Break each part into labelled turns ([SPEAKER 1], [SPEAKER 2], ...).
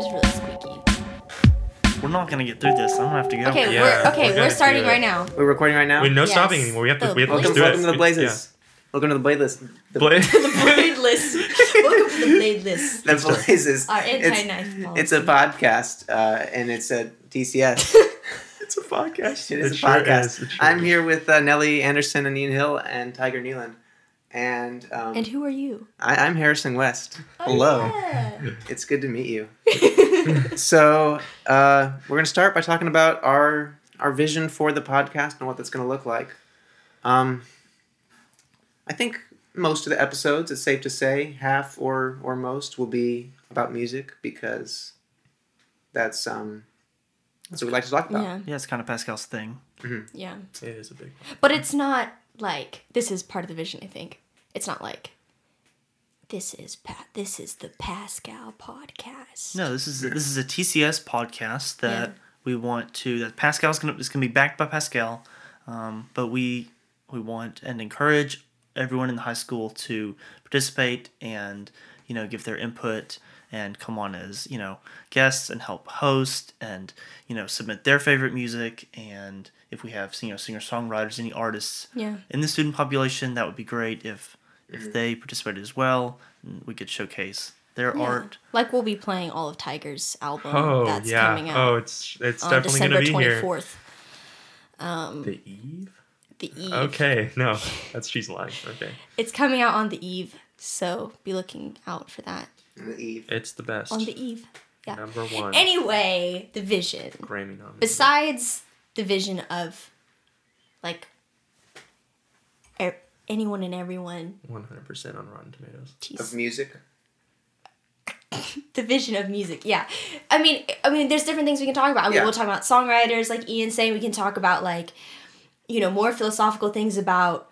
[SPEAKER 1] squeaky.
[SPEAKER 2] We're not gonna get through this. I'm gonna have to go.
[SPEAKER 1] Okay,
[SPEAKER 3] Yeah,
[SPEAKER 1] we're
[SPEAKER 3] we're
[SPEAKER 1] okay. We're,
[SPEAKER 3] gonna
[SPEAKER 1] starting
[SPEAKER 3] do it.
[SPEAKER 1] right now.
[SPEAKER 4] We're recording right now.
[SPEAKER 3] We're no
[SPEAKER 1] Yes.
[SPEAKER 3] stopping anymore. We have to.
[SPEAKER 1] The
[SPEAKER 3] We have to
[SPEAKER 4] welcome,
[SPEAKER 3] just do
[SPEAKER 4] welcome
[SPEAKER 3] it.
[SPEAKER 4] to the
[SPEAKER 3] We-
[SPEAKER 4] Blazers.
[SPEAKER 3] yeah.
[SPEAKER 4] Welcome to the Blazers. The,
[SPEAKER 3] Bla-
[SPEAKER 1] Bladeless. Welcome to the Bladeless.
[SPEAKER 4] the Blazers.
[SPEAKER 1] Our
[SPEAKER 4] It's-
[SPEAKER 1] anti-knife policy.
[SPEAKER 4] It's a podcast, uh, and it's at TCS. it's a podcast. It is
[SPEAKER 3] It
[SPEAKER 4] a
[SPEAKER 3] sure
[SPEAKER 4] podcast.
[SPEAKER 3] is, it sure
[SPEAKER 4] I'm
[SPEAKER 3] is.
[SPEAKER 4] here with uh, Nellie Anderson and Ian Hill and Tiger Nealon. And, um,
[SPEAKER 1] And who are you? Oh,
[SPEAKER 4] I, I'm Harrison West. Hello.
[SPEAKER 1] yeah.
[SPEAKER 4] It's good to meet you. So uh, we're going to start by talking about our our vision for the podcast and what that's going to look like. Um, I think most of the episodes, it's safe to say, half or or most will be about music because that's um that's what we like to talk about.
[SPEAKER 1] yeah.
[SPEAKER 2] Yeah, it's kind of Pascal's thing.
[SPEAKER 1] Yeah.
[SPEAKER 3] It is a big.
[SPEAKER 1] But it's not like this is part of the vision, I think. It's not like this is pa- this is the Pascal podcast.
[SPEAKER 2] No, this is this is a TCS podcast that
[SPEAKER 1] Yeah.
[SPEAKER 2] we want to that Pascal's gonna is gonna be backed by Pascal, um, but we we want and encourage everyone in the high school to participate and you know give their input and come on as you know guests and help host and you know submit their favorite music and if we have you know singer songwriters any artists
[SPEAKER 1] Yeah.
[SPEAKER 2] in the student population that would be great if
[SPEAKER 3] Mm-hmm.
[SPEAKER 2] if they participated as well and we could showcase their
[SPEAKER 1] Yeah.
[SPEAKER 2] art
[SPEAKER 1] Like we'll be playing all of Tiger's album
[SPEAKER 3] Oh
[SPEAKER 1] that's
[SPEAKER 3] yeah.
[SPEAKER 1] coming out
[SPEAKER 3] oh, it's it's
[SPEAKER 1] on
[SPEAKER 3] definitely
[SPEAKER 1] December
[SPEAKER 3] gonna be
[SPEAKER 1] twenty
[SPEAKER 3] here.
[SPEAKER 1] fourth.
[SPEAKER 3] The eve.
[SPEAKER 1] The eve.
[SPEAKER 3] Okay. No, that's she's lying. Okay.
[SPEAKER 1] It's coming out on the eve, so be looking out for that
[SPEAKER 4] And the Eve.
[SPEAKER 3] It's the best.
[SPEAKER 1] on the eve. Yeah.
[SPEAKER 3] Number one.
[SPEAKER 1] Anyway, the vision.
[SPEAKER 3] Grammy nominee.
[SPEAKER 1] Besides the vision of like er- anyone and everyone,
[SPEAKER 3] One hundred percent on Rotten Tomatoes.
[SPEAKER 1] geez.
[SPEAKER 4] Of music.
[SPEAKER 1] the vision of music. Yeah, I mean, I mean, there's different things we can talk about. I mean,
[SPEAKER 4] Yeah.
[SPEAKER 1] We'll talk about songwriters, like Ian saying. We can talk about like, you know, more philosophical things about,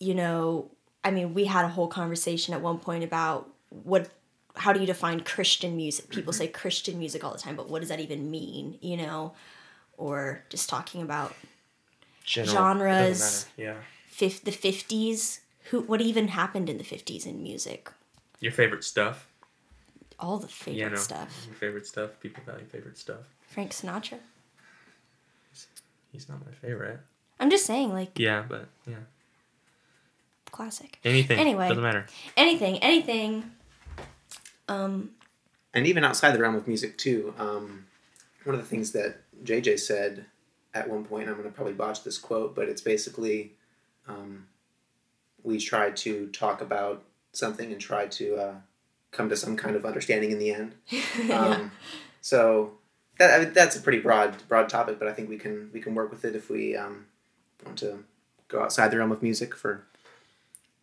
[SPEAKER 1] you know, I mean, we had a whole conversation at one point about what, how do you define Christian music? People say Christian music all the time, but what does that even mean? You know, or just talking about
[SPEAKER 3] General,
[SPEAKER 1] Genres.
[SPEAKER 3] doesn't matter. Yeah.
[SPEAKER 1] fif- the fifties. Who? What even happened in the fifties in music?
[SPEAKER 3] Your favorite stuff.
[SPEAKER 1] All the favorite
[SPEAKER 3] You know.
[SPEAKER 1] stuff.
[SPEAKER 3] Your favorite stuff. People value favorite stuff.
[SPEAKER 1] Frank Sinatra.
[SPEAKER 3] He's not my favorite.
[SPEAKER 1] I'm just saying, like
[SPEAKER 3] Yeah, but yeah.
[SPEAKER 1] classic.
[SPEAKER 3] Anything.
[SPEAKER 1] Anyway.
[SPEAKER 3] Doesn't matter.
[SPEAKER 1] anything, anything. Um,
[SPEAKER 4] and even outside the realm of music too um, one of the things that jj said at one point and i'm going to probably botch this quote but it's basically um, we try to talk about something and try to uh, come to some kind of understanding in the end um, so that, I mean, that's a pretty broad broad topic but i think we can we can work with it if we um, want to go outside the realm of music for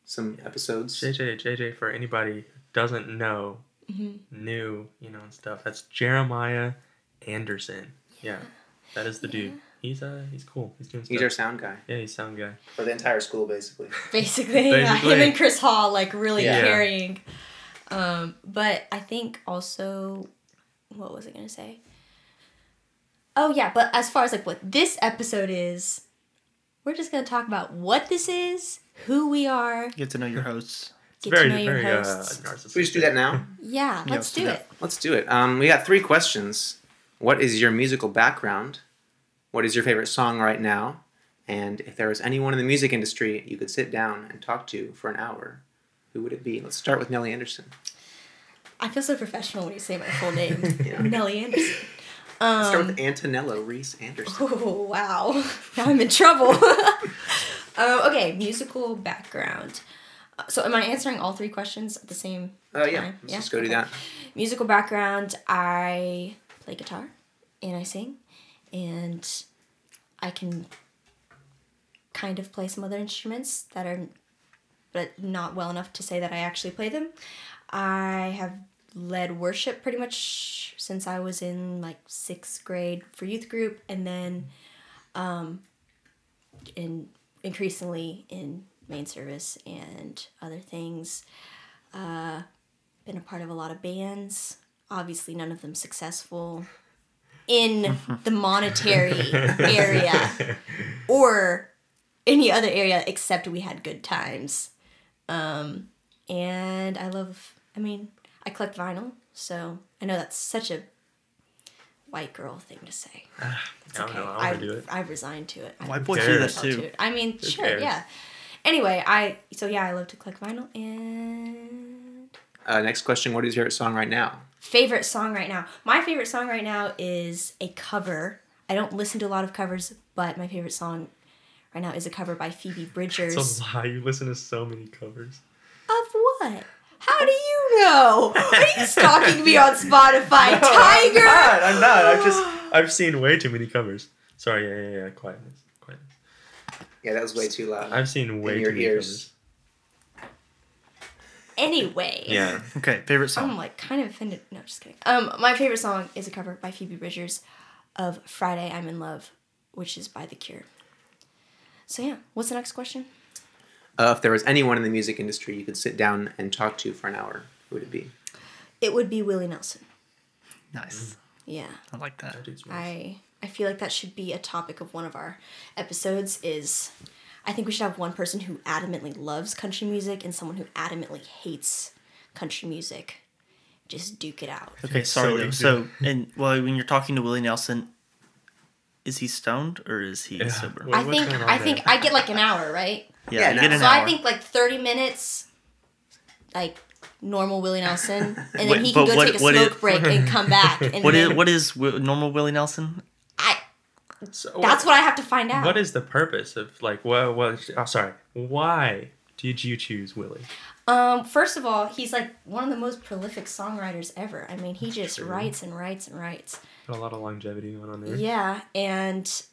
[SPEAKER 4] some episodes
[SPEAKER 3] JJ, JJ, for anybody who doesn't know,
[SPEAKER 1] Mm-hmm.
[SPEAKER 3] new, you know, and stuff. That's Jeremiah Anderson. Yeah, that is the dude. He's uh, he's cool. He's doing stuff.
[SPEAKER 4] he's our sound guy
[SPEAKER 3] yeah, he's sound guy.
[SPEAKER 4] for the entire school basically
[SPEAKER 1] basically, yeah,
[SPEAKER 3] Basically.
[SPEAKER 1] him and Chris Hall like really
[SPEAKER 3] Yeah.
[SPEAKER 1] carrying. Um, but I think also, what was I gonna say? Oh yeah, but as far as like what this episode is, we're just gonna talk about what this is, who we are,
[SPEAKER 2] get to know your hosts
[SPEAKER 3] It's
[SPEAKER 1] get
[SPEAKER 3] very,
[SPEAKER 1] to know your
[SPEAKER 3] very uh,
[SPEAKER 1] hosts.
[SPEAKER 3] narcissistic.
[SPEAKER 4] we just do that now
[SPEAKER 1] yeah, let's
[SPEAKER 2] let's do
[SPEAKER 1] do
[SPEAKER 2] that.
[SPEAKER 1] it.
[SPEAKER 4] Let's do it. Um, we got three questions. What is your musical background? What is your favorite song right now? And if there was anyone in the music industry you could sit down and talk to for an hour, who would it be? Let's start with Nellie Anderson.
[SPEAKER 1] I feel so professional when you say my full name,
[SPEAKER 4] Yeah.
[SPEAKER 1] Nellie Anderson.
[SPEAKER 4] Let's start
[SPEAKER 1] Um,
[SPEAKER 4] with Antonello Reese Anderson.
[SPEAKER 1] Oh wow! Now I'm in trouble. um, okay, musical background. Uh, So am I answering all three questions at the same?
[SPEAKER 4] Oh yeah,
[SPEAKER 1] time?
[SPEAKER 4] let's just go do
[SPEAKER 1] okay.
[SPEAKER 4] that.
[SPEAKER 1] Musical background. I play guitar, and I sing, and I can kind of play some other instruments that are, but not well enough to say that I actually play them. I have led worship pretty much since I was in like sixth grade for youth group, and then um, in increasingly in main service and other things. Uh, been a part of a lot of bands. Obviously, none of them successful in the monetary area or any other area except we had good times. Um, and I love, I mean, I collect vinyl, so I know that's such a white girl thing to say. It's
[SPEAKER 3] I don't know. I want to do it.
[SPEAKER 1] I've resigned to it. I
[SPEAKER 2] White boys do that
[SPEAKER 3] cares?
[SPEAKER 1] I'll do
[SPEAKER 2] too.
[SPEAKER 1] it. I mean, sure,
[SPEAKER 3] cares?
[SPEAKER 1] yeah. Anyway, I so yeah, I love to collect vinyl and
[SPEAKER 4] Uh, next question: What is your favorite song right now?
[SPEAKER 1] favorite song right now. My favorite song right now is a cover. I don't listen to a lot of covers, but my favorite song right now is a cover by Phoebe Bridgers.
[SPEAKER 3] It's a lie. You listen to so many covers.
[SPEAKER 1] Of what? How do you know? Are you stalking me on Spotify, Tiger?
[SPEAKER 3] I'm not. I'm not. I've just I've seen way too many covers. Sorry. Yeah, yeah, yeah. Quietness. Quietness.
[SPEAKER 4] Yeah, that was way too loud.
[SPEAKER 3] I've seen way
[SPEAKER 4] your
[SPEAKER 3] too many
[SPEAKER 4] ears.
[SPEAKER 3] covers.
[SPEAKER 1] Anyway.
[SPEAKER 3] Yeah.
[SPEAKER 2] Okay, favorite
[SPEAKER 1] I'm
[SPEAKER 2] song.
[SPEAKER 1] like kind of offended. No, just kidding. Um, my favorite song is a cover by Phoebe Bridgers of "Friday I'm in Love," which is by The Cure. So yeah, what's the next question?
[SPEAKER 4] Uh, if there was anyone in the music industry you could sit down and talk to for an hour, who would it be?
[SPEAKER 1] It would be Willie Nelson.
[SPEAKER 2] Nice.
[SPEAKER 3] Mm-hmm.
[SPEAKER 1] Yeah,
[SPEAKER 2] I like that.
[SPEAKER 3] That dude's nice.
[SPEAKER 1] I I feel like that should be a topic of one of our episodes. Is I think we should have one person who adamantly loves country music and someone who adamantly hates country music. Just duke it out.
[SPEAKER 2] Okay, sorry
[SPEAKER 3] So
[SPEAKER 2] though.
[SPEAKER 3] easy.
[SPEAKER 2] So, and well, when you're talking to Willie Nelson, is he stoned or is he
[SPEAKER 3] Yeah.
[SPEAKER 2] sober?
[SPEAKER 3] Well,
[SPEAKER 1] I
[SPEAKER 3] what's
[SPEAKER 1] think
[SPEAKER 3] going on
[SPEAKER 1] I think I get like an hour, right?
[SPEAKER 2] Yeah,
[SPEAKER 4] Yeah,
[SPEAKER 2] you
[SPEAKER 4] no.
[SPEAKER 2] get an
[SPEAKER 1] So
[SPEAKER 2] hour.
[SPEAKER 1] I think like 30 minutes, like normal Willie Nelson, and
[SPEAKER 2] Wait,
[SPEAKER 1] then he can
[SPEAKER 2] but
[SPEAKER 1] go
[SPEAKER 2] what-
[SPEAKER 1] take a
[SPEAKER 2] what
[SPEAKER 1] smoke
[SPEAKER 2] is-
[SPEAKER 1] break and come back. And
[SPEAKER 2] what
[SPEAKER 1] then
[SPEAKER 2] is what is wi- normal Willie Nelson?
[SPEAKER 1] I,
[SPEAKER 3] So
[SPEAKER 1] that's what I have to find out.
[SPEAKER 3] What is the purpose of like what? What? Oh, sorry. Why did you choose Willie?
[SPEAKER 1] um, first of all, he's like one of the most prolific songwriters ever. I mean, he just
[SPEAKER 3] True.
[SPEAKER 1] writes and writes and writes.
[SPEAKER 3] Got a lot of longevity going on there.
[SPEAKER 1] Yeah, and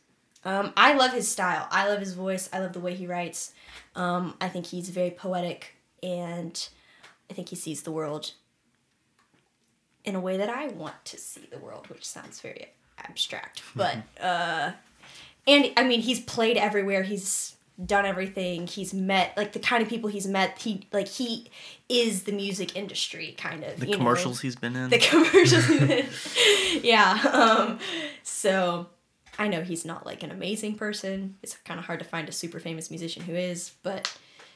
[SPEAKER 1] um, I love his style. I love his voice. I love the way he writes. Um, I think he's very poetic, and I think he sees the world in a way that I want to see the world, which sounds very abstract. But uh, and I mean, he's played everywhere. He's done everything. He's met like the kind of people he's met. He like he is the music industry kind of
[SPEAKER 2] The
[SPEAKER 1] you know?
[SPEAKER 2] commercials he's been in.
[SPEAKER 1] the commercials. yeah. Um, so I know he's not like an amazing person. It's kind of hard to find a super famous musician who is, but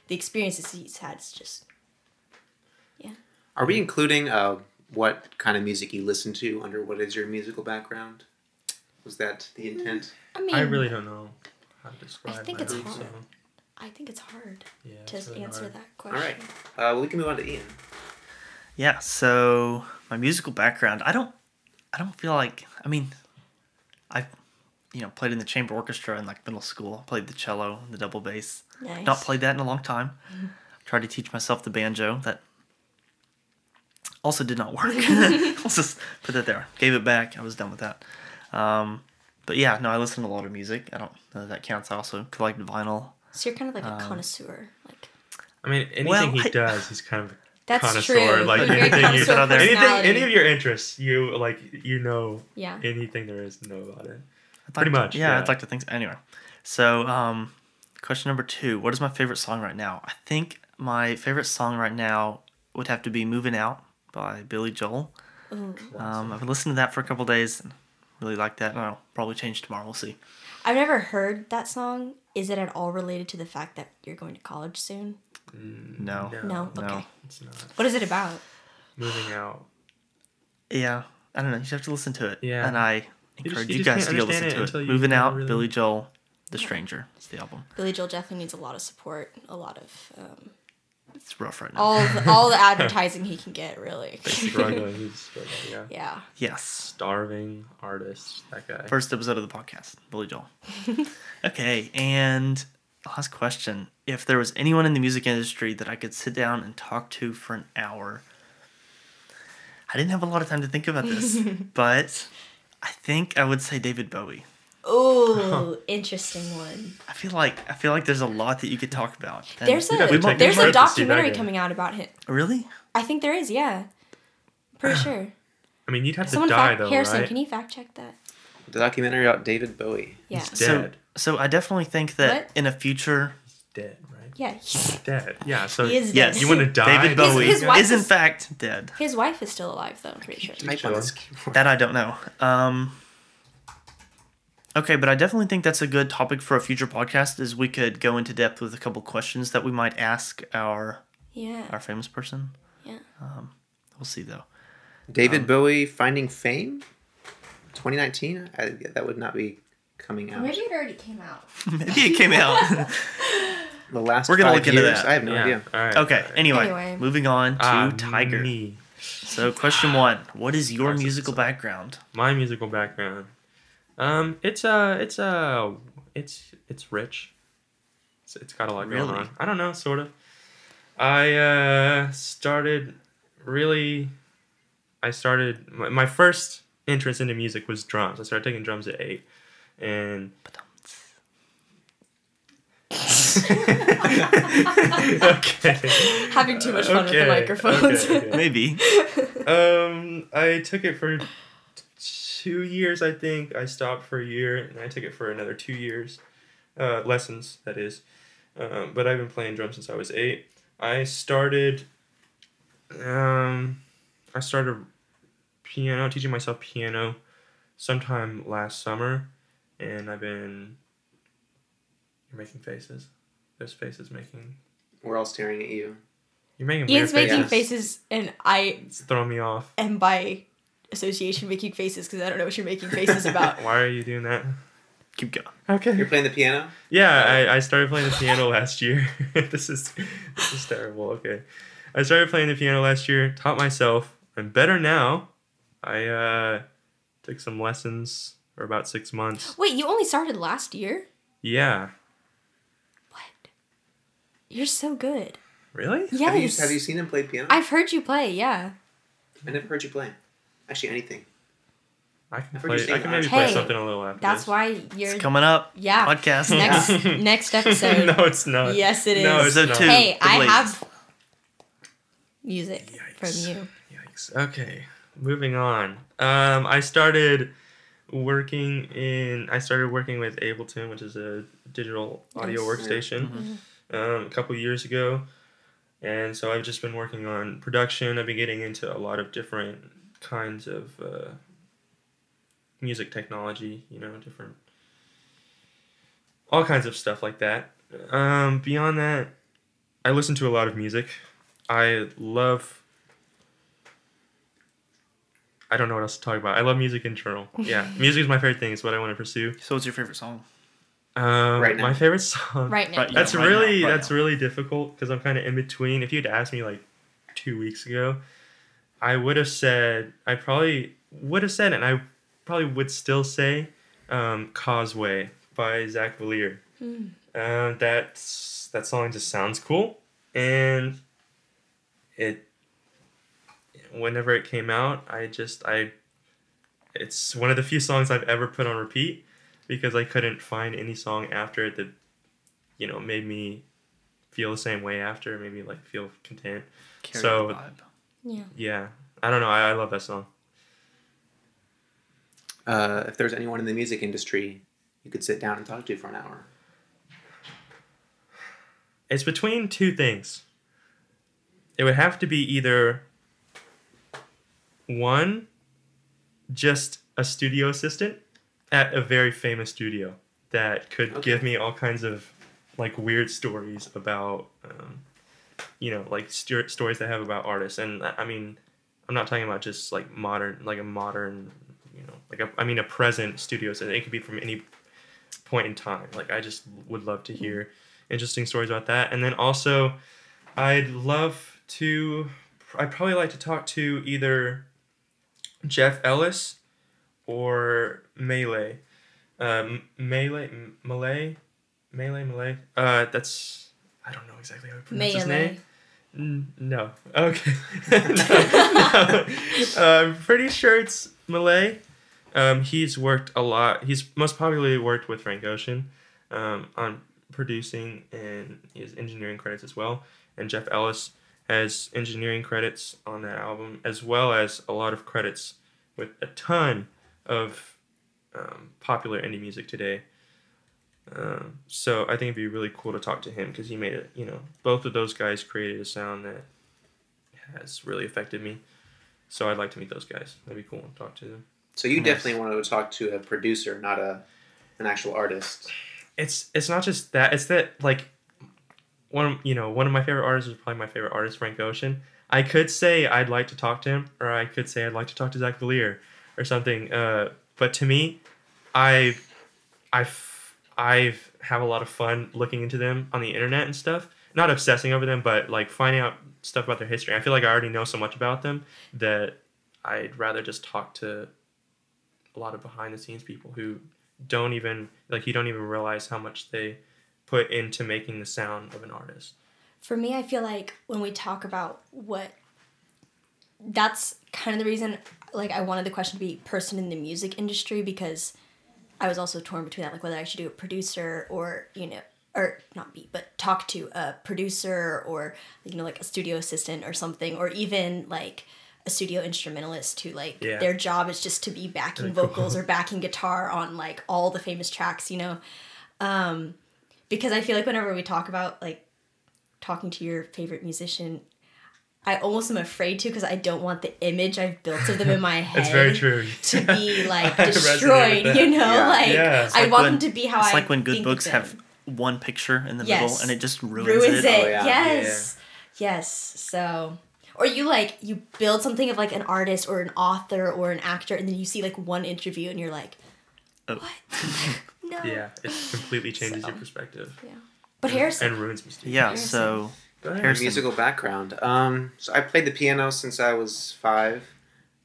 [SPEAKER 1] the experiences he's had is just
[SPEAKER 4] Are we including uh, what kind of music you listen to under what is your musical background? Was that the intent?
[SPEAKER 1] I mean,
[SPEAKER 3] I really don't know how to describe.
[SPEAKER 1] think
[SPEAKER 3] my
[SPEAKER 1] it's
[SPEAKER 3] roots,
[SPEAKER 1] hard.
[SPEAKER 3] so,
[SPEAKER 1] I think it's hard
[SPEAKER 3] yeah,
[SPEAKER 1] to
[SPEAKER 3] it's really
[SPEAKER 1] answer
[SPEAKER 3] hard.
[SPEAKER 1] that
[SPEAKER 4] All
[SPEAKER 1] question.
[SPEAKER 4] right. Uh, well, we can move on to Ian.
[SPEAKER 2] Yeah, so my musical background, I don't I don't feel like I mean I you know, played in the chamber orchestra in like middle school. played the cello and the double bass.
[SPEAKER 1] Nice.
[SPEAKER 2] Not played that in a long time. Tried to teach myself the banjo. That also did not work. I'll just put that there. Gave it back. I was done with that. Um, but yeah, no, I listen to a lot of music. I don't know if that counts. I also collect vinyl.
[SPEAKER 1] so you're kind of like
[SPEAKER 3] Um,
[SPEAKER 1] a connoisseur. Like
[SPEAKER 3] I mean, anything
[SPEAKER 2] Well,
[SPEAKER 3] he
[SPEAKER 2] I-
[SPEAKER 3] does, he's kind of a
[SPEAKER 1] That's
[SPEAKER 3] connoisseur.
[SPEAKER 1] true.
[SPEAKER 3] Like
[SPEAKER 1] You're a
[SPEAKER 3] anything, you,
[SPEAKER 2] connoisseur
[SPEAKER 3] anything,
[SPEAKER 1] personality.
[SPEAKER 3] any of your interests, you like, you know,
[SPEAKER 1] yeah.
[SPEAKER 3] anything there is to know about it.
[SPEAKER 2] I'd
[SPEAKER 3] Pretty
[SPEAKER 2] like to-
[SPEAKER 3] much,
[SPEAKER 2] yeah,
[SPEAKER 3] yeah.
[SPEAKER 2] I'd like to think so. Anyway, so um, question number two: What is my favorite song right now? I think my favorite song right now would have to be "Moving Out" by Billy Joel.
[SPEAKER 1] Ooh.
[SPEAKER 2] Um, I've been listening to that for a couple days and really like that. And I'll probably change tomorrow. We'll see.
[SPEAKER 1] I've never heard that song. Is it at all related to the fact that you're going to college soon?
[SPEAKER 3] Mm,
[SPEAKER 2] No.
[SPEAKER 1] No.
[SPEAKER 2] No.
[SPEAKER 1] Okay.
[SPEAKER 3] it's not.
[SPEAKER 1] What is it about?
[SPEAKER 3] Moving out.
[SPEAKER 2] Yeah, I don't know. You just have to listen to it.
[SPEAKER 3] Yeah.
[SPEAKER 2] and I
[SPEAKER 3] just-
[SPEAKER 2] encourage
[SPEAKER 3] you
[SPEAKER 2] you,
[SPEAKER 3] just
[SPEAKER 2] guys
[SPEAKER 3] can't
[SPEAKER 2] to go
[SPEAKER 3] understand it
[SPEAKER 2] listen to
[SPEAKER 3] until
[SPEAKER 2] it.
[SPEAKER 3] you
[SPEAKER 2] "Moving
[SPEAKER 3] kinda
[SPEAKER 2] Out"
[SPEAKER 3] really-
[SPEAKER 2] Billy Joel, "The Stranger" is the album.
[SPEAKER 1] Billy Joel definitely needs a lot of support, a lot of um,
[SPEAKER 2] It's rough right now.
[SPEAKER 1] all the, all the advertising he can get, really.
[SPEAKER 3] Struggling. he's struggling. Yeah.
[SPEAKER 1] yeah.
[SPEAKER 2] Yes.
[SPEAKER 3] Starving artist. That guy.
[SPEAKER 2] First episode of the podcast, Billy Joel. okay, and last question. If there was anyone in the music industry that I could sit down and talk to for an hour, I didn't have a lot of time to think about this, but I think I would say David Bowie.
[SPEAKER 1] Oh, interesting one.
[SPEAKER 2] I feel like I feel like there's a lot that you could talk about. and-
[SPEAKER 1] There's
[SPEAKER 3] have to
[SPEAKER 1] a
[SPEAKER 3] take a
[SPEAKER 1] there's
[SPEAKER 3] trip
[SPEAKER 1] a
[SPEAKER 3] to see
[SPEAKER 1] documentary
[SPEAKER 3] Bagger.
[SPEAKER 1] coming out about him.
[SPEAKER 2] really
[SPEAKER 1] I think there is, yeah. Pretty sure.
[SPEAKER 3] I mean, you'd have
[SPEAKER 1] Someone
[SPEAKER 3] to die
[SPEAKER 1] fact
[SPEAKER 3] though,
[SPEAKER 1] Harrison,
[SPEAKER 3] right?
[SPEAKER 1] can you fact check that?
[SPEAKER 4] The documentary about David Bowie.
[SPEAKER 1] Yeah.
[SPEAKER 3] He's
[SPEAKER 2] so.
[SPEAKER 3] dead.
[SPEAKER 2] So I definitely think that
[SPEAKER 1] What?
[SPEAKER 2] in a future,
[SPEAKER 3] He's dead, right?
[SPEAKER 1] Yeah. He's,
[SPEAKER 3] Dead. Yeah. So
[SPEAKER 1] he is dead.
[SPEAKER 2] Yes,
[SPEAKER 3] you want to die?
[SPEAKER 2] David
[SPEAKER 3] though?
[SPEAKER 2] Bowie
[SPEAKER 1] his wife
[SPEAKER 2] is in
[SPEAKER 1] is-
[SPEAKER 2] fact dead.
[SPEAKER 1] His wife is still alive though, I'm pretty sure.
[SPEAKER 4] Make one
[SPEAKER 3] Sure.
[SPEAKER 4] this keyboard.
[SPEAKER 2] That I don't know. Um, okay, but I definitely think that's a good topic for a future podcast. Is we could go into depth with a couple questions that we might ask our
[SPEAKER 1] Yeah.
[SPEAKER 2] our famous person.
[SPEAKER 1] Yeah.
[SPEAKER 2] Um, we'll see though.
[SPEAKER 4] David Bowie finding fame. 2019? I, that would not be coming out.
[SPEAKER 1] Maybe it already came out.
[SPEAKER 2] Maybe it came out.
[SPEAKER 4] The last
[SPEAKER 2] We're gonna
[SPEAKER 4] five
[SPEAKER 2] look into
[SPEAKER 4] years,
[SPEAKER 2] that.
[SPEAKER 4] I have no
[SPEAKER 3] yeah.
[SPEAKER 4] idea.
[SPEAKER 3] All right.
[SPEAKER 2] okay. Anyway,
[SPEAKER 1] Anyway.
[SPEAKER 2] moving on to
[SPEAKER 3] Ah,
[SPEAKER 2] Tiger.
[SPEAKER 3] me.
[SPEAKER 2] So, question
[SPEAKER 1] Ah.
[SPEAKER 2] one: What is your
[SPEAKER 3] Ours is
[SPEAKER 2] musical
[SPEAKER 3] so-
[SPEAKER 2] background?
[SPEAKER 3] My musical background. Um, it's uh, it's uh, it's it's rich. It's, it's got a lot
[SPEAKER 2] Really?
[SPEAKER 3] going on. I don't know, sort of. I uh, started really. I started my, my first entrance into music was drums. I started taking drums at eight, and. okay.
[SPEAKER 1] Having too much fun
[SPEAKER 3] Okay,
[SPEAKER 1] with the microphones.
[SPEAKER 3] okay, okay.
[SPEAKER 2] Maybe.
[SPEAKER 3] Um, I took it for two years, I think. I stopped for a year, and I took it for another two years, uh, lessons that is. Um, but I've been playing drums since I was eight. I started, um, I started piano teaching myself piano sometime last summer, and I've been. You're making faces. There's faces making.
[SPEAKER 4] We're all staring at you.
[SPEAKER 3] You're making.
[SPEAKER 1] Ian's
[SPEAKER 3] weird
[SPEAKER 1] making
[SPEAKER 3] faces.
[SPEAKER 1] faces, and I
[SPEAKER 3] It's throwing me off.
[SPEAKER 1] am by association making faces because I don't know what you're making faces about.
[SPEAKER 3] Why are you doing that?
[SPEAKER 2] Keep going.
[SPEAKER 3] Okay.
[SPEAKER 4] You're playing the piano?
[SPEAKER 3] Yeah, I, I started playing the piano last year. this is this is terrible. Okay. I started playing the piano last year, taught myself. I'm better now. I uh, took some lessons for about six months.
[SPEAKER 1] Wait, you only started last year?
[SPEAKER 3] Yeah.
[SPEAKER 1] What? You're so good.
[SPEAKER 3] Really?
[SPEAKER 1] Yes.
[SPEAKER 4] Have, you, have you seen him play piano? I,
[SPEAKER 1] I've heard you play, yeah.
[SPEAKER 4] never heard you play. Actually, anything.
[SPEAKER 3] I can
[SPEAKER 4] I've heard you
[SPEAKER 3] play.
[SPEAKER 4] sing
[SPEAKER 3] I can
[SPEAKER 4] that.
[SPEAKER 3] maybe play
[SPEAKER 1] Hey,
[SPEAKER 3] something a little after
[SPEAKER 1] That's
[SPEAKER 3] this.
[SPEAKER 1] why you're
[SPEAKER 2] It's coming up.
[SPEAKER 1] yeah.
[SPEAKER 2] Podcast.
[SPEAKER 1] Ah. Next
[SPEAKER 3] Yeah.
[SPEAKER 1] next episode.
[SPEAKER 3] no, it's not.
[SPEAKER 1] Yes, it
[SPEAKER 3] No, it's
[SPEAKER 1] is.
[SPEAKER 2] So
[SPEAKER 3] not.
[SPEAKER 2] two.
[SPEAKER 1] Hey,
[SPEAKER 2] the
[SPEAKER 1] I
[SPEAKER 2] Blaze.
[SPEAKER 1] have music
[SPEAKER 3] Yikes.
[SPEAKER 1] from you.
[SPEAKER 3] Yikes. Okay, moving on. Um, I started working in. I started working with Ableton, which is a digital audio
[SPEAKER 1] Nice.
[SPEAKER 3] workstation, um, a couple years ago, and so I've just been working on production. I've been getting into a lot of different kinds of uh, music technology. You know, different all kinds of stuff like that. Um, beyond that, I listen to a lot of music. I love. I don't know what else to talk about. I love music in general. Yeah, music is my favorite thing. It's what I want to pursue.
[SPEAKER 2] So, what's your favorite song?
[SPEAKER 3] Um,
[SPEAKER 4] Right now.
[SPEAKER 3] my favorite song.
[SPEAKER 1] Right now.
[SPEAKER 2] Right now.
[SPEAKER 3] That's really
[SPEAKER 2] right
[SPEAKER 3] that's
[SPEAKER 2] now.
[SPEAKER 3] really difficult because I'm kind of in between. If you'd asked me like two weeks ago, I would have said I probably would have said, and I probably would still say, um, "Causeway" by Zach Valier.
[SPEAKER 1] Hmm.
[SPEAKER 3] Um, that's that song just sounds cool, and it. Whenever it came out, I just I. It's one of the few songs I've ever put on repeat, because I couldn't find any song after it that, you know, made me feel the same way after, made me like feel content.
[SPEAKER 2] Carry
[SPEAKER 3] so-
[SPEAKER 2] the vibe.
[SPEAKER 1] Yeah.
[SPEAKER 3] Yeah, I don't know. I, I love that song.
[SPEAKER 4] Uh, if there's anyone in the music industry you could sit down and talk to for an hour,
[SPEAKER 3] It's between two things. It would have to be either one, just a studio assistant at a very famous studio that could
[SPEAKER 4] Okay.
[SPEAKER 3] give me all kinds of like weird stories about, um, you know, like st- stories they have about artists. And I I mean, I'm not talking about just like modern, like a modern, you know, like a, I mean, a present studio. So it could be from any point in time. Like I just would love to hear interesting stories about that. And then also, I'd love to. I'd probably like to talk to either Jeff Ellis or Melee. Um, Melee, M- Malay, Melee, Malay. Uh, that's I don't know exactly how to pronounce his name.
[SPEAKER 1] Melee.
[SPEAKER 3] N- No. Okay. no, no. Uh, I'm pretty sure it's Malay. Um, he's worked a lot. He's most probably worked with Frank Ocean um, on producing and he has engineering credits as well. And Jeff Ellis has engineering credits on that album as well as a lot of credits with a ton of um, popular indie music today. Um, so I think it'd be really cool to talk to him because he made it. You know, both of those guys created a sound that has really affected me. So I'd like to meet those guys. That'd be cool to talk to them.
[SPEAKER 4] so you
[SPEAKER 2] Yes.
[SPEAKER 4] definitely want to talk to a producer, not a an actual artist.
[SPEAKER 3] It's it's not just that. It's that like one of- you know one of my favorite artists is probably my favorite artist Frank Ocean. I could say I'd like to talk to him, or I could say I'd like to talk to Zach Valier or something. Uh, But to me, I, I, I have a lot of fun looking into them on the internet and stuff. Not obsessing over them, but like finding out stuff about their history. I feel like I already know so much about them that I'd rather just talk to a lot of behind the scenes people who don't even like you don't even realize how much they put into making the sound of an artist.
[SPEAKER 1] For me, I feel like when we talk about what that's kind of the reason like I wanted the question to be person in the music industry because I was also torn between that like whether I should do a producer or you know or not be but talk to a producer or you know like a studio assistant or something or even like a studio instrumentalist who like
[SPEAKER 3] Yeah.
[SPEAKER 1] their job is just to be backing
[SPEAKER 3] Really cool.
[SPEAKER 1] vocals or backing guitar on like all the famous tracks you know um because I feel like whenever we talk about like talking to your favorite musician I almost am afraid to because I don't want the image I've built of them in my head
[SPEAKER 3] That's very true.
[SPEAKER 1] to be like
[SPEAKER 3] I resonate with
[SPEAKER 1] destroyed,
[SPEAKER 3] that.
[SPEAKER 1] you know?
[SPEAKER 4] Yeah.
[SPEAKER 1] Like
[SPEAKER 3] Yeah, it's
[SPEAKER 1] I
[SPEAKER 2] like
[SPEAKER 1] want
[SPEAKER 2] when-
[SPEAKER 1] them to be how
[SPEAKER 2] it's
[SPEAKER 1] I
[SPEAKER 2] like when good
[SPEAKER 1] think
[SPEAKER 2] books
[SPEAKER 1] them.
[SPEAKER 2] have one picture in the middle
[SPEAKER 1] Yes.
[SPEAKER 2] and it just ruins,
[SPEAKER 1] ruins, it.
[SPEAKER 4] Oh, yeah.
[SPEAKER 1] Yes. Yes. So or you like you build something of like an artist or an author or an actor and then you see like one interview and you're like
[SPEAKER 2] Oh.
[SPEAKER 1] what? no.
[SPEAKER 3] Yeah, it completely changes
[SPEAKER 1] So.
[SPEAKER 3] your perspective
[SPEAKER 1] Yeah. But Harrison
[SPEAKER 3] and ruins mistakes.
[SPEAKER 2] Yeah,
[SPEAKER 1] Harrison.
[SPEAKER 2] so
[SPEAKER 3] Go ahead.
[SPEAKER 2] Harrison.
[SPEAKER 4] musical background. Um, so I played the piano since I was five,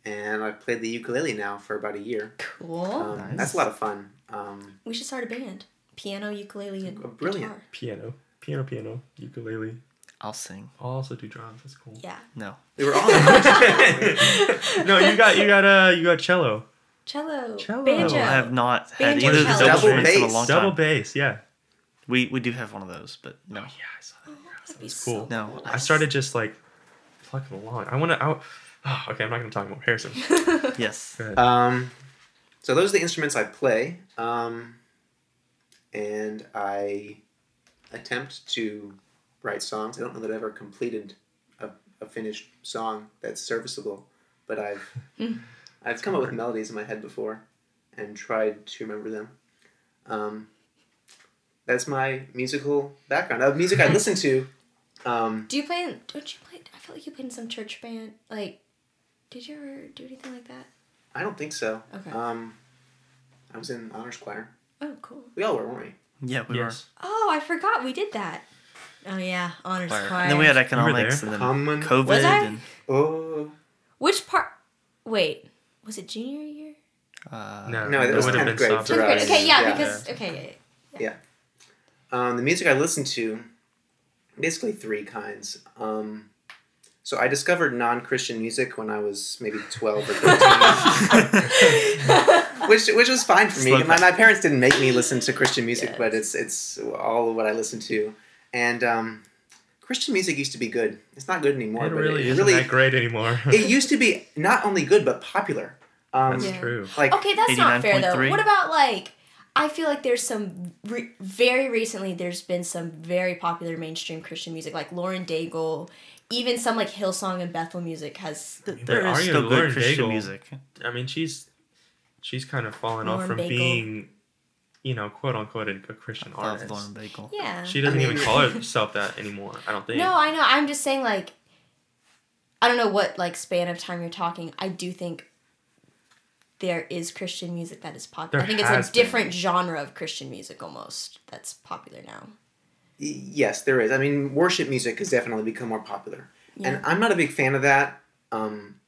[SPEAKER 4] and I've played the ukulele now for about a year.
[SPEAKER 1] cool.
[SPEAKER 4] Um,
[SPEAKER 2] Oh, Nice.
[SPEAKER 4] That's a lot of fun. Um,
[SPEAKER 1] we should start a band. Piano, ukulele, and
[SPEAKER 4] Oh, brilliant.
[SPEAKER 1] guitar.
[SPEAKER 3] Piano, piano, piano, ukulele.
[SPEAKER 2] I'll sing.
[SPEAKER 3] I'll also do drums. That's cool.
[SPEAKER 1] Yeah.
[SPEAKER 2] No.
[SPEAKER 4] we were all in college.
[SPEAKER 3] no, you got you got uh you got cello,
[SPEAKER 1] Cello.
[SPEAKER 3] Cello.
[SPEAKER 1] Banjo.
[SPEAKER 2] I have not had
[SPEAKER 1] Banjo
[SPEAKER 2] either of
[SPEAKER 1] cello.
[SPEAKER 2] those instruments in a
[SPEAKER 4] Double
[SPEAKER 2] long
[SPEAKER 3] double
[SPEAKER 2] time.
[SPEAKER 3] bass. Yeah.
[SPEAKER 2] We we do have one of those, but no.
[SPEAKER 3] Yeah, I saw that.
[SPEAKER 1] Oh, That'd be
[SPEAKER 3] That's cool.
[SPEAKER 1] so
[SPEAKER 2] No.
[SPEAKER 3] I started just like plucking along. I want to. I, oh, okay, I'm not gonna talk more. Harrison.
[SPEAKER 2] Yes.
[SPEAKER 3] Go ahead.
[SPEAKER 4] Um, so those are the instruments I play, um, and I attempt to write songs. I don't know that I've ever completed a, a finished song that's serviceable, but I've I've come up with melodies in my head before, and tried to remember them. Um, that's my musical background of music I listen to. Um,
[SPEAKER 1] Do you play in? Don't you play? I feel like you played in some church band. Like, did you ever do anything like that?
[SPEAKER 4] I don't think so.
[SPEAKER 1] Okay.
[SPEAKER 4] Um, I was in honors choir.
[SPEAKER 1] Oh, cool.
[SPEAKER 4] We all were, weren't we?
[SPEAKER 2] Yeah, we
[SPEAKER 3] yes.
[SPEAKER 1] Oh, I forgot we did that. Oh yeah, honors
[SPEAKER 2] were.
[SPEAKER 1] choir.
[SPEAKER 2] And then we had economics
[SPEAKER 3] there.
[SPEAKER 2] and then
[SPEAKER 4] Common-
[SPEAKER 2] COVID
[SPEAKER 1] Was I?
[SPEAKER 2] and
[SPEAKER 4] Oh.
[SPEAKER 1] Which part? Wait, was it junior year?
[SPEAKER 2] uh,
[SPEAKER 3] No,
[SPEAKER 4] No, that
[SPEAKER 3] it
[SPEAKER 4] was
[SPEAKER 3] would have
[SPEAKER 4] 10th
[SPEAKER 3] been
[SPEAKER 4] grade
[SPEAKER 3] soft.
[SPEAKER 4] for
[SPEAKER 1] Tenth grade.
[SPEAKER 4] us.
[SPEAKER 1] Okay, yeah,
[SPEAKER 4] Yeah.
[SPEAKER 1] because okay,
[SPEAKER 4] Um, the music I listen to, basically three kinds. Um, so I discovered non-Christian music when I was maybe twelve or thirteen, which which was fine for me.
[SPEAKER 2] Slow
[SPEAKER 4] My, my parents didn't make me listen to Christian music,
[SPEAKER 1] Yes.
[SPEAKER 4] but it's it's all what I listen to, and um, Christian music used to be good. It's not good anymore.
[SPEAKER 3] It
[SPEAKER 4] but
[SPEAKER 3] really
[SPEAKER 4] it
[SPEAKER 3] isn't
[SPEAKER 4] really
[SPEAKER 3] that great anymore.
[SPEAKER 4] it used to be not only good but popular. Um,
[SPEAKER 3] That's
[SPEAKER 1] Yeah.
[SPEAKER 3] true.
[SPEAKER 4] Like
[SPEAKER 1] okay, that's not fair though.
[SPEAKER 2] 89.3.
[SPEAKER 1] What about like? I feel like there's some re- very recently. There's been some very popular mainstream Christian music, like Lauren Daigle, even some like Hillsong and Bethel music has.
[SPEAKER 2] th-
[SPEAKER 3] mean,
[SPEAKER 2] there
[SPEAKER 3] where
[SPEAKER 2] is
[SPEAKER 3] are you,
[SPEAKER 2] still good
[SPEAKER 3] Lauren
[SPEAKER 2] Christian
[SPEAKER 3] Daigle?
[SPEAKER 2] music.
[SPEAKER 3] I mean, she's she's kind of fallen off
[SPEAKER 1] Lauren
[SPEAKER 3] from
[SPEAKER 1] Bagel.
[SPEAKER 3] being, you know, quote unquote, a a Christian
[SPEAKER 2] I love
[SPEAKER 3] artist.
[SPEAKER 2] Lauren Bagel.
[SPEAKER 1] Yeah.
[SPEAKER 3] She doesn't
[SPEAKER 4] I mean-
[SPEAKER 3] even call herself that anymore. I don't think.
[SPEAKER 1] No, I know. I'm just saying, like, I don't know what like span of time you're talking. I do think there is Christian music that is
[SPEAKER 3] There
[SPEAKER 1] popular. I think it's
[SPEAKER 3] has
[SPEAKER 1] a
[SPEAKER 3] been.
[SPEAKER 1] different genre of Christian music almost that's popular now.
[SPEAKER 4] Y- Yes, there is. I mean, worship music has definitely become more popular,
[SPEAKER 1] Yeah.
[SPEAKER 4] and I'm not a big fan of that. Um,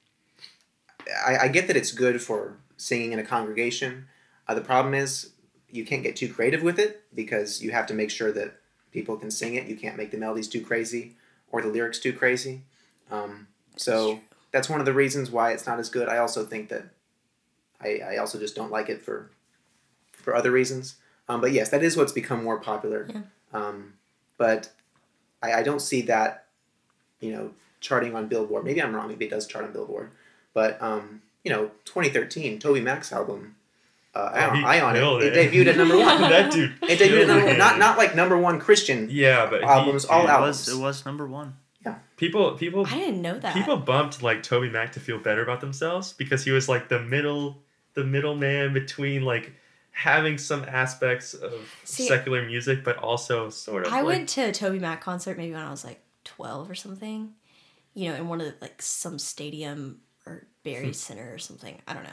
[SPEAKER 4] I, I get that it's good for singing in a congregation. Uh, the problem is you can't get too creative with it because you have to make sure that people can sing it. You can't make the melodies too crazy or the lyrics too crazy. Um, so
[SPEAKER 1] true.
[SPEAKER 4] that's one of the reasons why it's not as good. I also think that I, I also just don't like it for for other reasons. Um, but yes, that is what's become more popular.
[SPEAKER 1] Yeah.
[SPEAKER 4] Um, but I, I don't see that, you know, charting on Billboard. Maybe I'm wrong. Maybe it does chart on Billboard. But um, you know, 2013, Toby Mac's album, uh,
[SPEAKER 3] Oh, he
[SPEAKER 4] Ion,
[SPEAKER 3] killed
[SPEAKER 4] Ion it,
[SPEAKER 3] it.
[SPEAKER 4] debuted at number one.
[SPEAKER 3] that dude.
[SPEAKER 4] It debuted at number
[SPEAKER 3] killed
[SPEAKER 4] one.
[SPEAKER 3] it.
[SPEAKER 4] Not not like number one Christian
[SPEAKER 3] Yeah, but he-
[SPEAKER 4] albums, all
[SPEAKER 3] dude,
[SPEAKER 2] It
[SPEAKER 4] out.
[SPEAKER 2] was it was number one.
[SPEAKER 3] People, people,
[SPEAKER 1] I didn't know that.
[SPEAKER 3] people bumped like Toby Mac to feel better about themselves because he was like the middle, the middleman between like having some aspects of
[SPEAKER 1] See,
[SPEAKER 3] secular music, but also sort of.
[SPEAKER 1] I
[SPEAKER 3] like,
[SPEAKER 1] went to a Toby Mac concert maybe when I was like 12 or something, you know, in one of the, like some stadium or Barry Center or something. I don't know.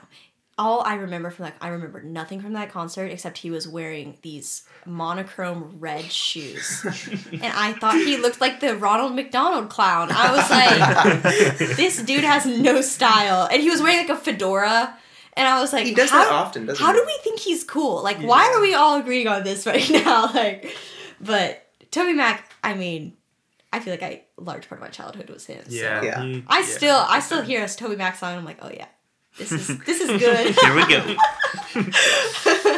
[SPEAKER 1] all I remember from that I remember nothing from that concert except he was wearing these monochrome red shoes. and I thought he looked like the Ronald McDonald clown. I was like this dude has no style. And he was wearing like a fedora and I was like
[SPEAKER 4] He does
[SPEAKER 1] how,
[SPEAKER 4] that often, doesn't
[SPEAKER 1] How
[SPEAKER 4] he?
[SPEAKER 1] do we think he's cool? Like why are we all agreeing on this right now? Like but Toby Mac, I mean, I feel like I a large part of my childhood was him. so.
[SPEAKER 3] Yeah.
[SPEAKER 4] Yeah.
[SPEAKER 3] he-
[SPEAKER 1] I
[SPEAKER 3] yeah.
[SPEAKER 1] still I still hear a Toby Mac song and I'm like, oh yeah, this is this is good.
[SPEAKER 2] Here we go.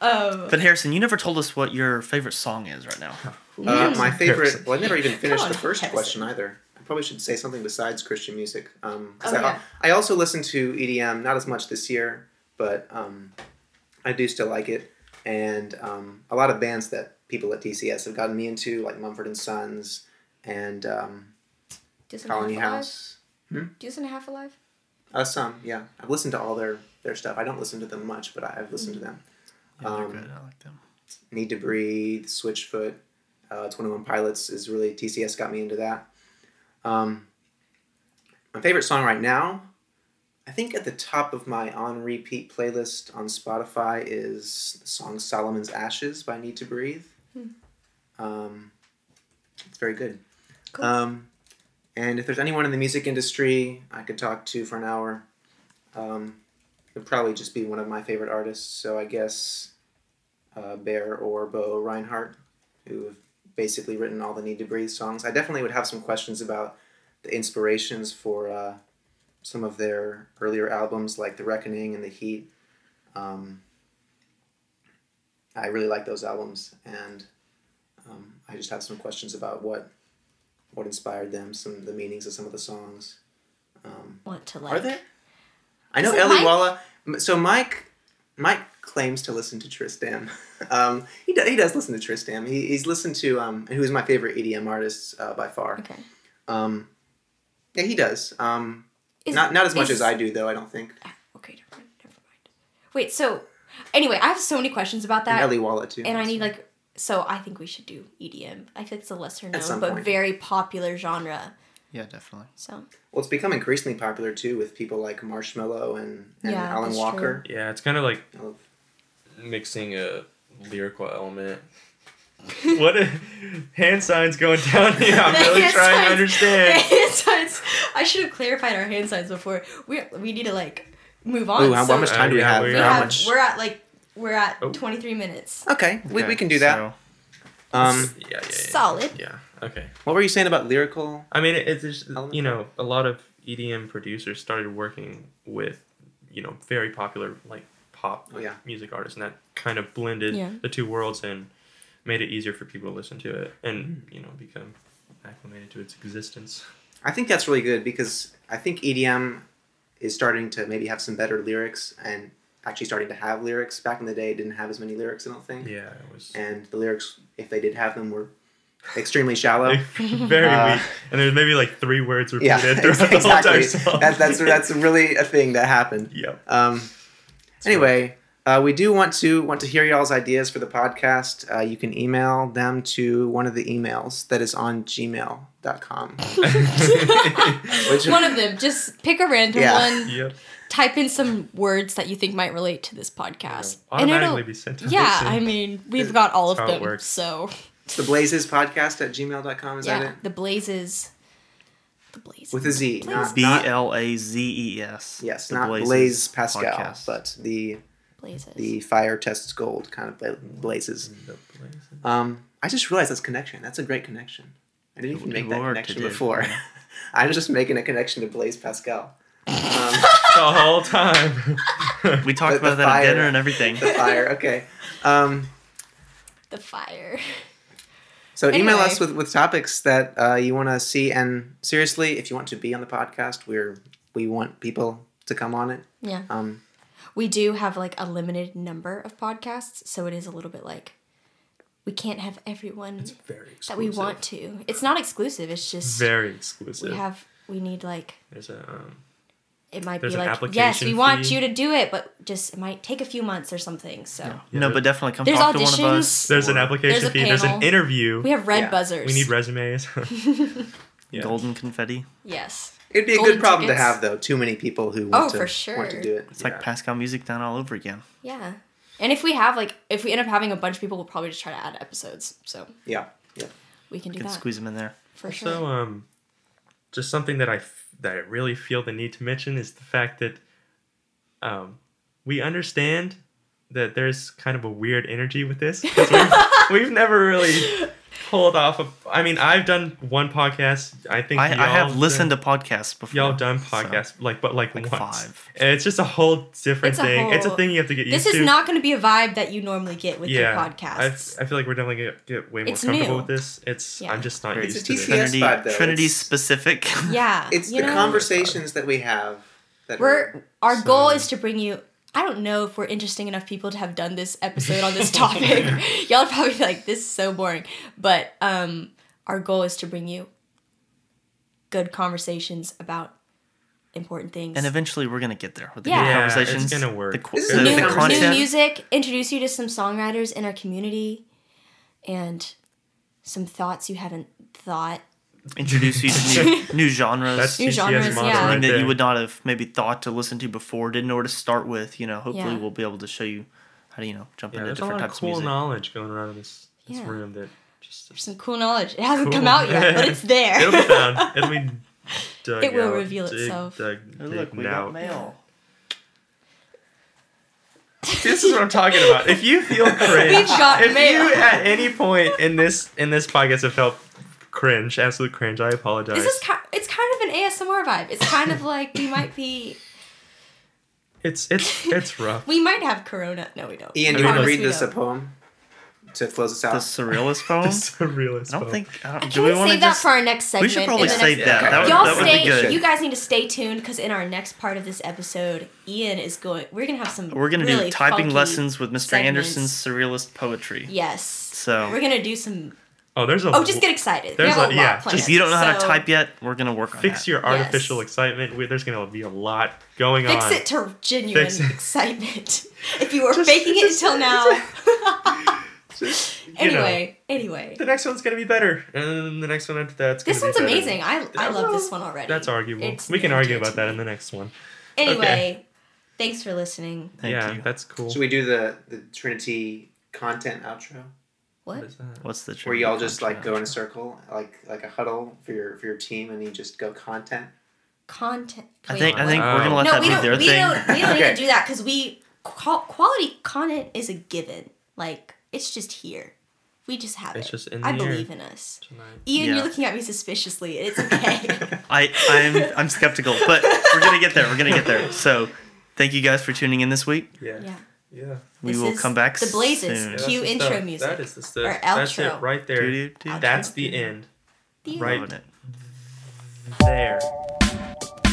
[SPEAKER 1] um,
[SPEAKER 2] But Harrison, you never told us what your favorite song is right now.
[SPEAKER 4] Uh, my
[SPEAKER 3] Harrison.
[SPEAKER 4] favorite. Well, I never even finished
[SPEAKER 1] on,
[SPEAKER 4] the first
[SPEAKER 1] Harrison.
[SPEAKER 4] question either. I probably should say something besides Christian music. Um, 'cause
[SPEAKER 1] Oh,
[SPEAKER 4] I,
[SPEAKER 1] yeah.
[SPEAKER 4] I also listen to EDM, not as much this year, but um, I do still like it. And um, a lot of bands that people at TCS have gotten me into, like Mumford and Sons and um,
[SPEAKER 1] do some
[SPEAKER 4] Colony
[SPEAKER 1] half
[SPEAKER 4] House.
[SPEAKER 1] alive. Do some half alive.
[SPEAKER 4] Uh, some, yeah. I've listened to all their, their stuff. I don't listen to them much, but I- I've listened to them.
[SPEAKER 2] Yeah, they're
[SPEAKER 4] Um,
[SPEAKER 2] good. I like them.
[SPEAKER 4] Need to Breathe, Switchfoot, uh, 21 Pilots is really, TCS got me into that. Um, my favorite song right now, I think at the top of my on repeat playlist on Spotify is the song Solomon's Ashes by Need to Breathe. Um, it's very good.
[SPEAKER 1] Cool.
[SPEAKER 4] Um, and if there's anyone in the music industry I could talk to for an hour, um, it'd probably just be one of my favorite artists. So I guess uh, Bear or Bo Reinhardt, who have basically written all the Need to Breathe songs. I definitely would have some questions about the inspirations for uh, some of their earlier albums, like The Reckoning and The Heat. Um, I really like those albums, and um, I just have some questions about what what inspired them, some of the meanings of some of the songs. Um,
[SPEAKER 1] Want to like?
[SPEAKER 4] are there? I know
[SPEAKER 1] Is it
[SPEAKER 4] Ellie
[SPEAKER 1] Mike?
[SPEAKER 4] Walla. m- So Mike, Mike claims to listen to Tristan. Um, he does. He does listen to Tristan. He, he's listened to um, who is my favorite EDM artist uh, by far.
[SPEAKER 1] Okay.
[SPEAKER 4] Um, yeah, he does. Um,
[SPEAKER 1] Is-
[SPEAKER 4] not not as much
[SPEAKER 1] is-
[SPEAKER 4] as I do though. I don't think.
[SPEAKER 1] Okay, never mind. Never mind. Wait. So, anyway, I have so many questions about
[SPEAKER 4] and
[SPEAKER 1] that,
[SPEAKER 4] Ellie Walla too.
[SPEAKER 1] and I need like. So I think we should do EDM. I feel it's a lesser known
[SPEAKER 4] some
[SPEAKER 1] but
[SPEAKER 4] point.
[SPEAKER 1] very popular genre.
[SPEAKER 2] Yeah, definitely.
[SPEAKER 1] So
[SPEAKER 4] Well, it's become increasingly popular too with people like Marshmello and, and
[SPEAKER 1] Yeah,
[SPEAKER 4] Alan
[SPEAKER 1] that's
[SPEAKER 4] Walker.
[SPEAKER 3] Yeah, it's kind of like
[SPEAKER 4] I love-
[SPEAKER 3] mixing a lyrical element. what a, hand signs going down here. I'm really
[SPEAKER 1] Hand
[SPEAKER 3] trying to
[SPEAKER 1] signs.
[SPEAKER 3] understand.
[SPEAKER 1] hand signs. I should have clarified our hand signs before. We we need to like move on.
[SPEAKER 4] Ooh, how,
[SPEAKER 1] So-
[SPEAKER 4] how much time do we
[SPEAKER 3] Uh, yeah,
[SPEAKER 4] have?
[SPEAKER 3] we
[SPEAKER 1] We
[SPEAKER 4] how
[SPEAKER 1] have,
[SPEAKER 4] much?
[SPEAKER 1] We're at like we're at
[SPEAKER 3] Oh.
[SPEAKER 1] 23 minutes.
[SPEAKER 4] Okay, we,
[SPEAKER 2] Okay,
[SPEAKER 4] we can do that.
[SPEAKER 2] so-
[SPEAKER 4] Um,
[SPEAKER 3] yeah, yeah, yeah.
[SPEAKER 1] Solid.
[SPEAKER 3] Yeah. Okay.
[SPEAKER 4] what were you saying about lyrical?
[SPEAKER 3] I mean, it, it's just
[SPEAKER 4] Element.
[SPEAKER 3] you know a lot of EDM producers started working with you know very popular like pop
[SPEAKER 4] Oh, yeah.
[SPEAKER 3] music artists, and that kind of blended
[SPEAKER 1] Yeah.
[SPEAKER 3] the two worlds and made it easier for people to listen to it and
[SPEAKER 4] Mm.
[SPEAKER 3] you know become acclimated to its existence.
[SPEAKER 4] I think that's really good because I think EDM is starting to maybe have some better lyrics and actually starting to have lyrics. Back in the day, it didn't have as many lyrics, I don't think.
[SPEAKER 3] Yeah, it was
[SPEAKER 4] And the lyrics, if they did have them, were extremely shallow.
[SPEAKER 3] very
[SPEAKER 4] Uh,
[SPEAKER 3] weak, and there's maybe like three words
[SPEAKER 4] yeah,
[SPEAKER 3] repeated throughout
[SPEAKER 4] exactly.
[SPEAKER 3] the whole entire song.
[SPEAKER 4] That, that's that's really a thing that happened.
[SPEAKER 3] yeah.
[SPEAKER 4] Um, anyway, uh, we do want to want to hear y'all's ideas for the podcast. Uh, you can email them to one of the emails that is on gmail.com. Which,
[SPEAKER 1] one of them. Just pick a random
[SPEAKER 4] Yeah.
[SPEAKER 1] one.
[SPEAKER 3] Yep.
[SPEAKER 1] Type in some words that you think might relate to this podcast, and
[SPEAKER 3] Automatically
[SPEAKER 1] it'll.
[SPEAKER 3] be sent to
[SPEAKER 1] Yeah,
[SPEAKER 3] person.
[SPEAKER 1] I mean, we've got all of
[SPEAKER 3] That's how it
[SPEAKER 1] them.
[SPEAKER 3] works.
[SPEAKER 1] So
[SPEAKER 4] the blazes podcast at gmail.com, is that
[SPEAKER 1] yeah,
[SPEAKER 4] it?
[SPEAKER 1] the blazes. The blazes.
[SPEAKER 4] With a Z, not,
[SPEAKER 2] B
[SPEAKER 4] not-
[SPEAKER 2] L A Z E S.
[SPEAKER 4] yes,
[SPEAKER 2] The
[SPEAKER 4] not
[SPEAKER 2] Blazes
[SPEAKER 4] Blaze Pascal,
[SPEAKER 2] podcast.
[SPEAKER 4] but the
[SPEAKER 1] blazes.
[SPEAKER 4] the fire tests gold kind of bla- blazes. Um, I just realized that's connection. That's a great connection. I didn't even
[SPEAKER 2] Good
[SPEAKER 4] make that
[SPEAKER 2] lord,
[SPEAKER 4] connection
[SPEAKER 2] today.
[SPEAKER 4] before. I was just making a connection to Blaze Pascal. Um,
[SPEAKER 3] the whole time.
[SPEAKER 2] we talked
[SPEAKER 4] the- the
[SPEAKER 2] about that
[SPEAKER 4] fire.
[SPEAKER 2] at dinner and everything.
[SPEAKER 4] the fire. Okay. Um,
[SPEAKER 1] the fire.
[SPEAKER 4] so email
[SPEAKER 1] Anyway.
[SPEAKER 4] us with, with topics that uh, you want to see. And seriously, if you want to be on the podcast, we're we want people to come on it.
[SPEAKER 1] Yeah,
[SPEAKER 4] Um,
[SPEAKER 1] we do have like a limited number of podcasts, so it is a little bit like we can't have everyone
[SPEAKER 3] very exclusive.
[SPEAKER 1] that we want to. It's not exclusive. It's just
[SPEAKER 3] Very
[SPEAKER 1] we
[SPEAKER 3] exclusive.
[SPEAKER 1] have we need like
[SPEAKER 3] There's a um,
[SPEAKER 1] it might
[SPEAKER 3] There's
[SPEAKER 1] be
[SPEAKER 3] an
[SPEAKER 1] like yes we
[SPEAKER 3] application
[SPEAKER 1] want
[SPEAKER 3] fee.
[SPEAKER 1] you to do it but just it might take a few months or something so
[SPEAKER 2] no, but definitely come
[SPEAKER 1] There's
[SPEAKER 2] talk to one of us.
[SPEAKER 1] auditions.
[SPEAKER 3] there's an
[SPEAKER 2] or
[SPEAKER 3] application
[SPEAKER 1] There's a
[SPEAKER 3] fee. There's an
[SPEAKER 1] panel.
[SPEAKER 3] interview.
[SPEAKER 1] we have red
[SPEAKER 4] Yeah.
[SPEAKER 1] buzzers
[SPEAKER 3] We need resumes. yeah.
[SPEAKER 2] Golden confetti.
[SPEAKER 1] yes
[SPEAKER 4] It'd be a
[SPEAKER 1] Golden
[SPEAKER 4] good problem
[SPEAKER 1] tickets.
[SPEAKER 4] to have, though. Too many people who want,
[SPEAKER 1] Oh,
[SPEAKER 4] to,
[SPEAKER 1] for sure.
[SPEAKER 4] want to do it.
[SPEAKER 2] It's like Pascal music down all over again.
[SPEAKER 1] Yeah. And if we have like if we end up having a bunch of people, we'll probably just try to add episodes. So
[SPEAKER 4] yeah, yeah.
[SPEAKER 1] we can do
[SPEAKER 2] You can
[SPEAKER 1] that
[SPEAKER 2] squeeze them in there.
[SPEAKER 1] for sure.
[SPEAKER 3] So, um, just something that I f- that I really feel the need to mention is the fact that, um, we understand that there's kind of a weird energy with this 'cause we've, we've never really pulled off of. I mean, I've done one podcast. I think
[SPEAKER 2] I, I
[SPEAKER 3] y'all
[SPEAKER 2] have listened
[SPEAKER 3] done-
[SPEAKER 2] to podcasts before.
[SPEAKER 3] y'all done
[SPEAKER 2] so-
[SPEAKER 3] podcasts like but like,
[SPEAKER 2] Like
[SPEAKER 3] once.
[SPEAKER 2] five.
[SPEAKER 3] And it's just a whole different
[SPEAKER 1] It's a
[SPEAKER 3] thing. it's a
[SPEAKER 1] whole-
[SPEAKER 3] thing you have to get used
[SPEAKER 1] this
[SPEAKER 3] to.
[SPEAKER 1] is not going to be a vibe that you normally get with your
[SPEAKER 3] I,
[SPEAKER 1] podcasts.
[SPEAKER 3] I feel like we're definitely gonna get way more
[SPEAKER 1] It's
[SPEAKER 3] comfortable
[SPEAKER 1] new.
[SPEAKER 3] with this. It's
[SPEAKER 1] Yeah.
[SPEAKER 3] I'm just not
[SPEAKER 2] It's
[SPEAKER 4] a
[SPEAKER 3] used to this.
[SPEAKER 4] TCS
[SPEAKER 2] Trinity,
[SPEAKER 4] vibe, though.
[SPEAKER 2] Trinity
[SPEAKER 4] It's-
[SPEAKER 2] specific.
[SPEAKER 1] yeah.
[SPEAKER 4] It's
[SPEAKER 1] you
[SPEAKER 4] the
[SPEAKER 1] know?
[SPEAKER 4] conversations that we have that
[SPEAKER 1] We're
[SPEAKER 4] are
[SPEAKER 1] our goal
[SPEAKER 3] So-
[SPEAKER 1] is to bring you. I don't know if we're interesting enough people to have done this episode on this topic. Y'all are probably like, "This is so boring," but um, our goal is to bring you good conversations about important things.
[SPEAKER 2] and eventually we're gonna get there with the
[SPEAKER 1] Yeah.
[SPEAKER 2] good
[SPEAKER 1] Yeah,
[SPEAKER 3] it's
[SPEAKER 2] conversations.
[SPEAKER 3] gonna work.
[SPEAKER 2] The, qu-
[SPEAKER 4] This is
[SPEAKER 2] the,
[SPEAKER 4] a
[SPEAKER 1] new,
[SPEAKER 2] the
[SPEAKER 4] new
[SPEAKER 1] new
[SPEAKER 2] content.
[SPEAKER 1] music, introduce you to some songwriters in our community, and some thoughts you haven't thought.
[SPEAKER 2] Introduce you to new, new genres.
[SPEAKER 3] That's
[SPEAKER 1] New
[SPEAKER 3] TCS
[SPEAKER 1] genres,
[SPEAKER 3] model
[SPEAKER 1] yeah.
[SPEAKER 3] right
[SPEAKER 2] something that
[SPEAKER 3] there.
[SPEAKER 2] you would not have maybe thought to listen to before, didn't know where to start with. You know, hopefully
[SPEAKER 1] Yeah.
[SPEAKER 2] we'll be able to show you how to you know jump
[SPEAKER 3] Yeah,
[SPEAKER 2] into
[SPEAKER 3] there's a
[SPEAKER 2] different
[SPEAKER 3] lot of
[SPEAKER 2] types
[SPEAKER 3] cool
[SPEAKER 2] of music.
[SPEAKER 3] knowledge going around in this, this
[SPEAKER 1] Yeah.
[SPEAKER 3] room that just
[SPEAKER 1] There's some cool knowledge. It hasn't
[SPEAKER 3] Cool.
[SPEAKER 1] come out yet, but it's there.
[SPEAKER 3] it'll be found. It'll be dug
[SPEAKER 1] It will
[SPEAKER 3] out,
[SPEAKER 1] reveal
[SPEAKER 3] dig-
[SPEAKER 1] itself.
[SPEAKER 3] Dug,
[SPEAKER 2] Oh, look,
[SPEAKER 3] digged
[SPEAKER 2] we got
[SPEAKER 3] out.
[SPEAKER 2] mail.
[SPEAKER 3] This is what I'm talking about. If you feel cringe,
[SPEAKER 1] We've got
[SPEAKER 3] if
[SPEAKER 1] mail.
[SPEAKER 3] you at any point in this in this podcast have felt cringe, absolute cringe, I apologize.
[SPEAKER 1] This is ki- it's kind of an ASMR vibe. It's kind of like we might be
[SPEAKER 3] it's it's it's rough.
[SPEAKER 1] we might have corona. No, we don't.
[SPEAKER 4] Ian,
[SPEAKER 1] I
[SPEAKER 4] do you want to
[SPEAKER 1] promise
[SPEAKER 4] read
[SPEAKER 1] we
[SPEAKER 4] this a
[SPEAKER 1] don't.
[SPEAKER 4] poem to close us
[SPEAKER 2] The
[SPEAKER 4] out?
[SPEAKER 2] surrealist poem.
[SPEAKER 3] It's the realest.
[SPEAKER 2] I don't
[SPEAKER 3] phone.
[SPEAKER 2] think. I don't, do
[SPEAKER 1] Can
[SPEAKER 2] we
[SPEAKER 1] we,
[SPEAKER 2] want to
[SPEAKER 1] save that
[SPEAKER 2] just?
[SPEAKER 1] for our next segment?
[SPEAKER 2] we should probably
[SPEAKER 1] in the
[SPEAKER 2] save
[SPEAKER 1] next-
[SPEAKER 2] that.
[SPEAKER 4] Okay.
[SPEAKER 2] That would,
[SPEAKER 1] Y'all
[SPEAKER 2] that would
[SPEAKER 1] stay.
[SPEAKER 2] be good.
[SPEAKER 1] You guys need to stay tuned because in our next part of this episode, Ian is going. We're gonna have some.
[SPEAKER 2] We're gonna
[SPEAKER 1] really
[SPEAKER 2] do typing
[SPEAKER 1] funky-
[SPEAKER 2] lessons with Mr.
[SPEAKER 1] segments.
[SPEAKER 2] Anderson's surrealist poetry.
[SPEAKER 1] Yes.
[SPEAKER 2] So-
[SPEAKER 1] we're gonna do some.
[SPEAKER 3] Oh, there's a.
[SPEAKER 1] Oh, just get excited. We
[SPEAKER 3] There's
[SPEAKER 1] have a,
[SPEAKER 3] a-
[SPEAKER 1] lot
[SPEAKER 3] yeah,
[SPEAKER 1] planned.
[SPEAKER 2] If you don't know how to
[SPEAKER 1] So,
[SPEAKER 2] type yet, we're gonna work on
[SPEAKER 3] fix
[SPEAKER 2] that.
[SPEAKER 3] your artificial
[SPEAKER 1] Yes.
[SPEAKER 3] excitement. We, there's gonna be a lot going
[SPEAKER 1] Fix
[SPEAKER 3] on.
[SPEAKER 1] it to genuine
[SPEAKER 3] Fix it.
[SPEAKER 1] excitement. If you were
[SPEAKER 3] Just-
[SPEAKER 1] faking it
[SPEAKER 3] just-
[SPEAKER 1] until now.
[SPEAKER 3] Just, you know,
[SPEAKER 1] anyway, anyway.
[SPEAKER 3] the next one's gonna be better, and then the next one after that's.
[SPEAKER 1] This
[SPEAKER 3] gonna
[SPEAKER 1] one's
[SPEAKER 3] be better.
[SPEAKER 1] amazing. I, I love this one already.
[SPEAKER 3] That's arguable.
[SPEAKER 1] It's
[SPEAKER 3] we can
[SPEAKER 1] new
[SPEAKER 3] argue
[SPEAKER 1] to
[SPEAKER 3] about that
[SPEAKER 1] me.
[SPEAKER 3] in the next one.
[SPEAKER 1] Anyway,
[SPEAKER 3] Okay.
[SPEAKER 1] thanks for listening.
[SPEAKER 2] Thank
[SPEAKER 3] yeah,
[SPEAKER 2] you.
[SPEAKER 3] that's cool.
[SPEAKER 4] Should we do the, the Trinity content outro?
[SPEAKER 3] What
[SPEAKER 1] What?
[SPEAKER 3] is that?
[SPEAKER 2] What's the
[SPEAKER 4] Where
[SPEAKER 2] trivia
[SPEAKER 4] you all just like
[SPEAKER 2] question?
[SPEAKER 4] go in a circle, like like a huddle for your for your team, and you just go content.
[SPEAKER 1] Content.
[SPEAKER 2] I
[SPEAKER 1] wait,
[SPEAKER 2] think I
[SPEAKER 1] what?
[SPEAKER 2] think we're gonna
[SPEAKER 3] Oh.
[SPEAKER 2] let
[SPEAKER 1] no,
[SPEAKER 2] that
[SPEAKER 1] we
[SPEAKER 2] be
[SPEAKER 1] don't,
[SPEAKER 2] their
[SPEAKER 1] we
[SPEAKER 2] thing.
[SPEAKER 1] don't. We don't need
[SPEAKER 4] Okay.
[SPEAKER 1] to do that because we qual- quality content is a given. Like it's just here. We just have
[SPEAKER 3] It's
[SPEAKER 1] it.
[SPEAKER 3] just in
[SPEAKER 1] I
[SPEAKER 3] the air.
[SPEAKER 1] believe in us.
[SPEAKER 3] Tonight.
[SPEAKER 1] Ian,
[SPEAKER 2] Yeah.
[SPEAKER 1] you're looking at me suspiciously. It's okay.
[SPEAKER 2] I I'm I'm skeptical, but we're gonna get there. We're gonna get there. So, thank you guys for tuning in this week.
[SPEAKER 3] Yeah.
[SPEAKER 1] yeah.
[SPEAKER 3] Yeah.
[SPEAKER 2] We
[SPEAKER 1] This
[SPEAKER 2] will
[SPEAKER 1] is
[SPEAKER 2] come back.
[SPEAKER 1] The Blazes.
[SPEAKER 2] soon.
[SPEAKER 1] Cue
[SPEAKER 3] that's the
[SPEAKER 1] intro
[SPEAKER 3] stuff.
[SPEAKER 1] music.
[SPEAKER 3] That is the stuff.
[SPEAKER 1] Or
[SPEAKER 3] That's
[SPEAKER 1] outro.
[SPEAKER 3] it right there.
[SPEAKER 2] Do, do, do.
[SPEAKER 3] That's the end.
[SPEAKER 1] The-
[SPEAKER 3] Right.
[SPEAKER 2] Loving it.
[SPEAKER 3] There.